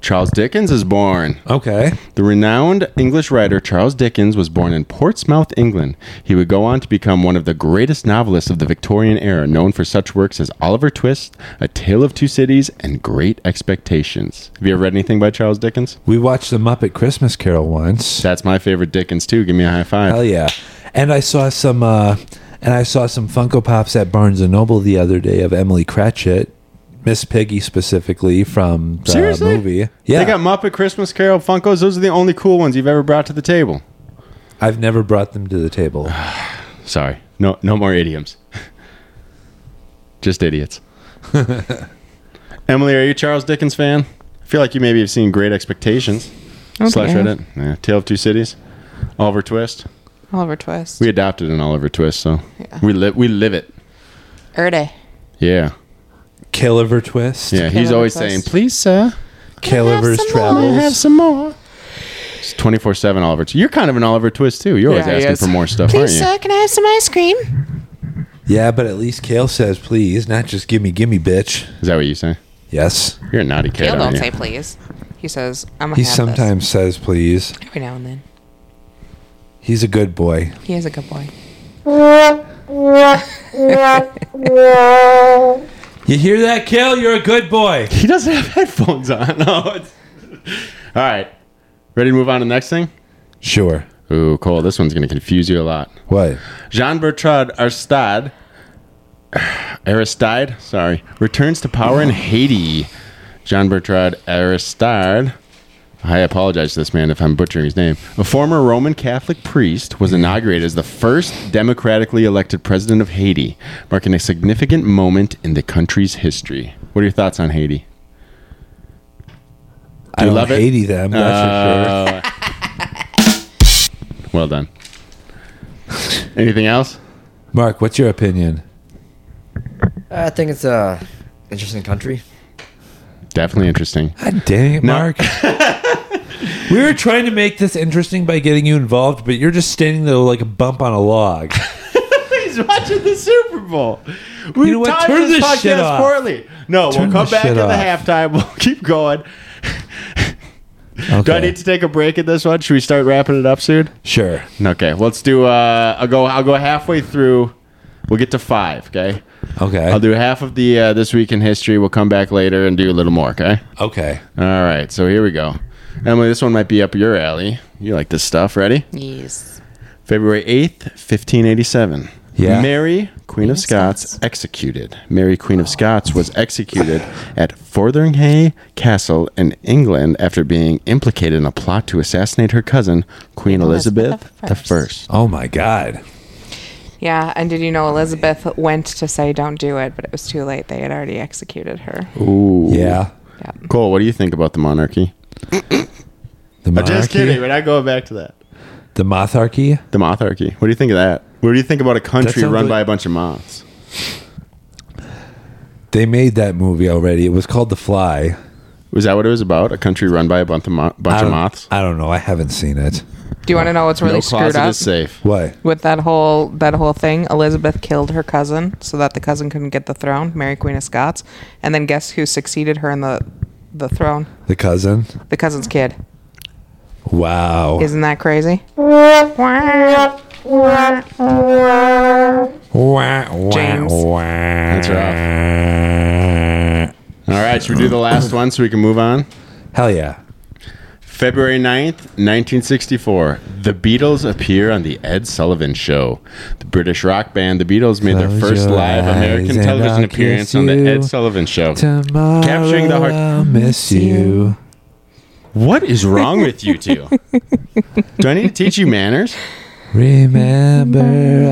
S3: Charles Dickens is born.
S2: Okay.
S3: The renowned English writer Charles Dickens was born in Portsmouth, England. He would go on to become one of the greatest novelists of the Victorian era, known for such works as Oliver Twist, A Tale of Two Cities, and Great Expectations. Have you ever read anything by Charles Dickens?
S2: We watched the Muppet Christmas Carol once.
S3: That's my favorite Dickens too. Give me a high five.
S2: Hell yeah! And I saw some uh, and I saw some Funko Pops at Barnes and Noble the other day of Emily Cratchit, Miss Piggy specifically from the
S3: Seriously?
S2: movie. Yeah,
S3: They got Muppet Christmas Carol Funkos. Those are the only cool ones you've ever brought to the table.
S2: I've never brought them to the table.
S3: Sorry. No no more idioms. Just idiots. Emily, are you a Charles Dickens fan? I feel like you maybe have seen Great Expectations.
S1: Okay.
S3: Slash Reddit. Yeah. Tale of Two Cities. Oliver Twist.
S1: Oliver Twist.
S3: We adopted an Oliver Twist, so
S1: Yeah.
S3: we live we live it.
S1: Erde.
S3: Yeah.
S2: Killiver Twist.
S3: Yeah. He's
S1: Oliver
S3: always
S1: Twist.
S3: saying, Please, sir.
S2: Killiver's
S3: Can I have
S2: Travels.
S3: some more. It's twenty four seven Oliver Twist. You're kind of an Oliver Twist too. You're always
S1: Yeah, he
S3: asking
S1: is.
S3: for more stuff,
S1: Please,
S3: aren't
S1: sir, can I have some ice cream?
S2: Yeah, but at least Kale says please, not just gimme, gimme, bitch.
S3: you? Is that what you say?
S2: Yes.
S3: You're a naughty kid.
S1: Gail
S3: aren't
S1: don't
S3: you?
S1: say please. He says, I'm going
S2: He
S1: to have sometimes.
S2: sometimes says please.
S1: this. Every now and then.
S2: He's a good boy.
S1: He is a good boy.
S2: You hear that, Kale? You're a good boy.
S3: He doesn't have headphones on. No, it's... All right. Ready to move on to the next thing?
S2: Sure.
S3: Ooh, Cole, this one's going to confuse you a lot.
S2: What?
S3: Jean Bertrand Aristide, Aristide, sorry, returns to power in Haiti. Jean Bertrand Aristide, I apologize to this man if I'm butchering his name, a former Roman Catholic priest, was inaugurated as the first democratically elected president of Haiti, marking a significant moment in the country's history. What are your thoughts on Haiti?
S2: I
S3: you
S2: don't
S3: love it? Uh,
S2: Haiti them. That's for sure.
S3: Well done. Anything else?
S2: Mark, what's your opinion?
S4: I think it's a interesting country.
S3: Definitely interesting.
S2: God dang it,
S3: No.
S2: Mark. we were trying to make this interesting by getting you involved, but you're just standing there like a bump on a log.
S3: He's watching the Super Bowl. We
S2: You know what?
S3: timed
S2: Turn
S3: this
S2: this
S3: podcast
S2: shit off.
S3: poorly. No,
S2: Turn
S3: we'll come
S2: this
S3: back at
S2: shit
S3: the
S2: off.
S3: halftime. We'll keep going. Do I
S2: Okay.
S3: need to take a break in this one? Should we start wrapping it up soon?
S2: Sure.
S3: Okay, let's do. Uh, I'll go. I'll go halfway through. We'll get to five. Okay,
S2: Okay.
S3: I'll do half of the uh, this week in history. We'll come back later and do a little more. Okay.
S2: okay.
S3: All right. So here we go. Emily, this one might be up your alley. You like this stuff. Ready?
S1: Yes.
S3: February 8th, 1587.
S2: Yeah.
S3: Mary, Queen of Scots, executed. Mary, Queen of Scots, was executed at Fotheringhay Castle in England after being implicated in a plot to assassinate her cousin, Queen Elizabeth,
S1: Elizabeth
S3: the
S1: the
S3: First.
S2: Oh my God.
S1: Yeah, and did you know Elizabeth went to say don't do it, but it was too late. They had already executed her.
S3: Ooh.
S2: Yeah.
S1: Yeah.
S3: Cole, what do you think about the monarchy?
S2: The monarchy.
S3: We're not going back to that.
S2: The motharchy.
S3: The monarchy. What do you think of that? What do you think about a country
S2: sounds
S3: run
S2: like-
S3: by a bunch of moths?
S2: They made that movie already. It was called The Fly.
S3: Was that what it was about? A country run by a bunch of, mo-
S2: I
S3: bunch of
S2: don't-
S3: moths?
S2: I don't know. I haven't seen it.
S1: Do you want to know what's really
S3: no
S1: screwed
S3: closet
S1: up
S3: is safe.
S2: What?
S1: with that whole that whole thing? Elizabeth killed her cousin so that the cousin couldn't get the throne, Mary Queen of Scots, and then guess who succeeded her in the the throne?
S2: The cousin?
S1: The cousin's kid.
S2: Wow.
S1: Isn't that crazy? James.
S3: That's rough. All right, should we do the last one so we can move on?
S2: Hell yeah.
S3: February 9th, 1964. The Beatles appear on The Ed Sullivan Show. The British rock band The Beatles made their
S2: Close
S3: first
S2: your
S3: live
S2: eyes
S3: American
S2: and I'll
S3: television
S2: kiss
S3: appearance on The
S2: you
S3: Ed Sullivan Show.
S2: Tomorrow
S3: Capturing the heart-
S2: I'll miss you.
S3: What is wrong with you two? Do I need to teach you manners?
S2: Remember,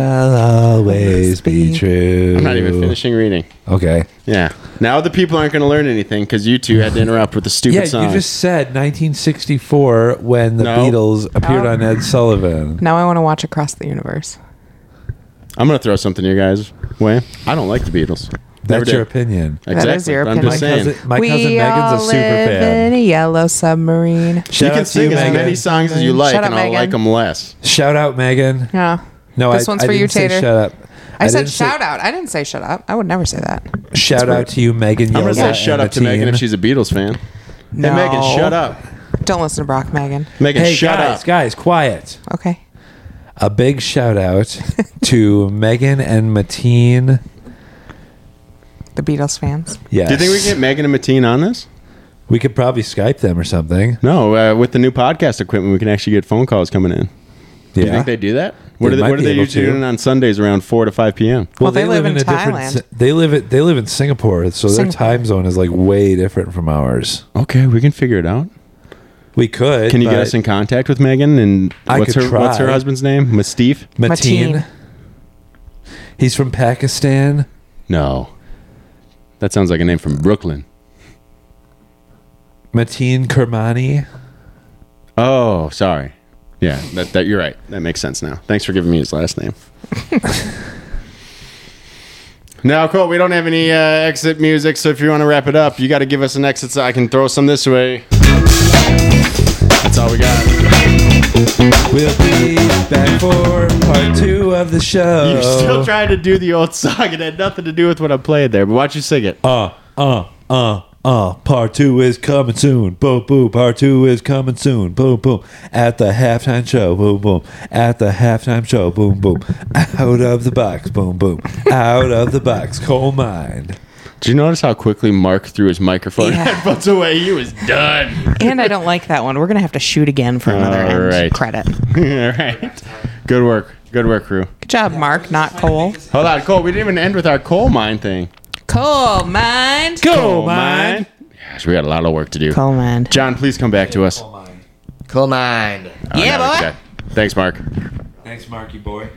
S2: I'll always be true.
S3: I'm not even finishing reading.
S2: Okay.
S3: Yeah. Now the people aren't going to learn anything because you two had to interrupt with the stupid
S2: Yeah,
S3: song.
S2: you just said 1964 when the
S3: No.
S2: Beatles appeared
S1: No.
S2: on Ed Sullivan.
S1: Now I want to watch Across the Universe.
S3: I'm going to throw something your guys' way. I don't like the Beatles. Never
S2: That's
S3: did.
S2: your opinion.
S3: Exactly.
S1: is your
S3: I'm just
S1: opinion.
S3: saying.
S2: Cousin, my cousin Megan's a super
S1: in
S2: fan.
S1: a yellow submarine.
S2: Shout
S3: you
S2: out to
S3: can
S2: you,
S3: sing as
S2: Megan.
S3: many songs as you like,
S1: Shut up,
S3: and I'll
S1: Megan.
S3: like them less.
S2: Shout out, Megan.
S1: Yeah.
S2: No,
S1: This
S2: I,
S1: one's
S2: I
S1: for you,
S2: didn't say
S1: Tater.
S2: Shut up.
S1: I, said
S2: didn't say-
S1: shout out. I didn't say shut up. I would never say that.
S2: Shout out to you, Megan.
S3: I'm gonna
S2: Yola
S3: say shut
S2: and
S3: up
S2: the
S3: to Megan
S2: team.
S3: if she's a Beatles fan.
S1: No.
S3: Hey, Megan, shut up.
S1: Don't listen to Brock Megan.
S3: Megan,
S2: Hey,
S3: shut
S2: guys,
S3: up.
S2: guys, quiet.
S1: Okay.
S2: A big shout out to Megan and Mateen.
S1: The Beatles fans.
S2: Yes.
S3: Do you think we can get Megan and Mateen on this?
S2: We could probably Skype them or something.
S3: No, uh, with the new podcast equipment, we can actually get phone calls coming in.
S2: Yeah.
S3: Do you think they do that? What
S2: They
S3: are they,
S2: might
S3: what are
S2: be
S3: they
S2: able
S3: usually
S2: to.
S3: doing on Sundays around 4 to 5 p.m.?
S1: Well,
S2: Well,
S1: they live in
S2: different.
S1: Thailand.
S2: si- They live at, they live in Singapore, so their
S1: Singapore.
S2: time zone is like way different from ours.
S3: Okay, we can figure it out.
S2: We could.
S3: Can you get
S2: but
S3: us in contact with Megan and
S2: I
S3: what's
S2: could
S3: her what's her
S2: try.
S3: husband's name? Mastif?
S1: Mateen.
S2: Mateen. He's from Pakistan.
S3: No. That sounds like a name from Brooklyn.
S2: Mateen Kermani.
S3: Oh, sorry. Yeah, that, that you're right. That makes sense now. Thanks for giving me his last name. now, Cole, we don't have any uh, exit music, so if you want to wrap it up, you got to give us an exit. So I can throw some this way. That's all we got.
S2: We'll be back for part two of the show.
S3: You're still trying to do the old song. It had nothing to do with what I played there, but why don't you sing it?
S2: uh, uh, uh, uh. Part two is coming soon. Boom, boom. Part two is coming soon. Boom, boom. At the halftime show. Boom, boom. At the halftime show. Boom, boom. Out of the box. Boom, boom. Out of the box. Coal mine.
S3: Did you notice how quickly Mark threw his microphone
S1: Yeah.
S3: headphones away? He was done.
S1: And I don't like that one. We're gonna have to shoot again for another
S3: All
S1: end
S3: right.
S1: credit.
S3: all right. Good work. Good work, crew.
S1: Good job, Mark. Not Cole.
S3: Hold on, Cole. We didn't even end with our coal mine thing.
S1: Coal mind.
S2: Coal
S3: Gosh, we got a lot of work to do.
S1: Coal mind.
S3: John, please come back to us.
S4: Coal mine.
S1: Yeah,
S3: now we
S1: boy.
S3: can- Thanks, Mark.
S2: Thanks, Marky boy.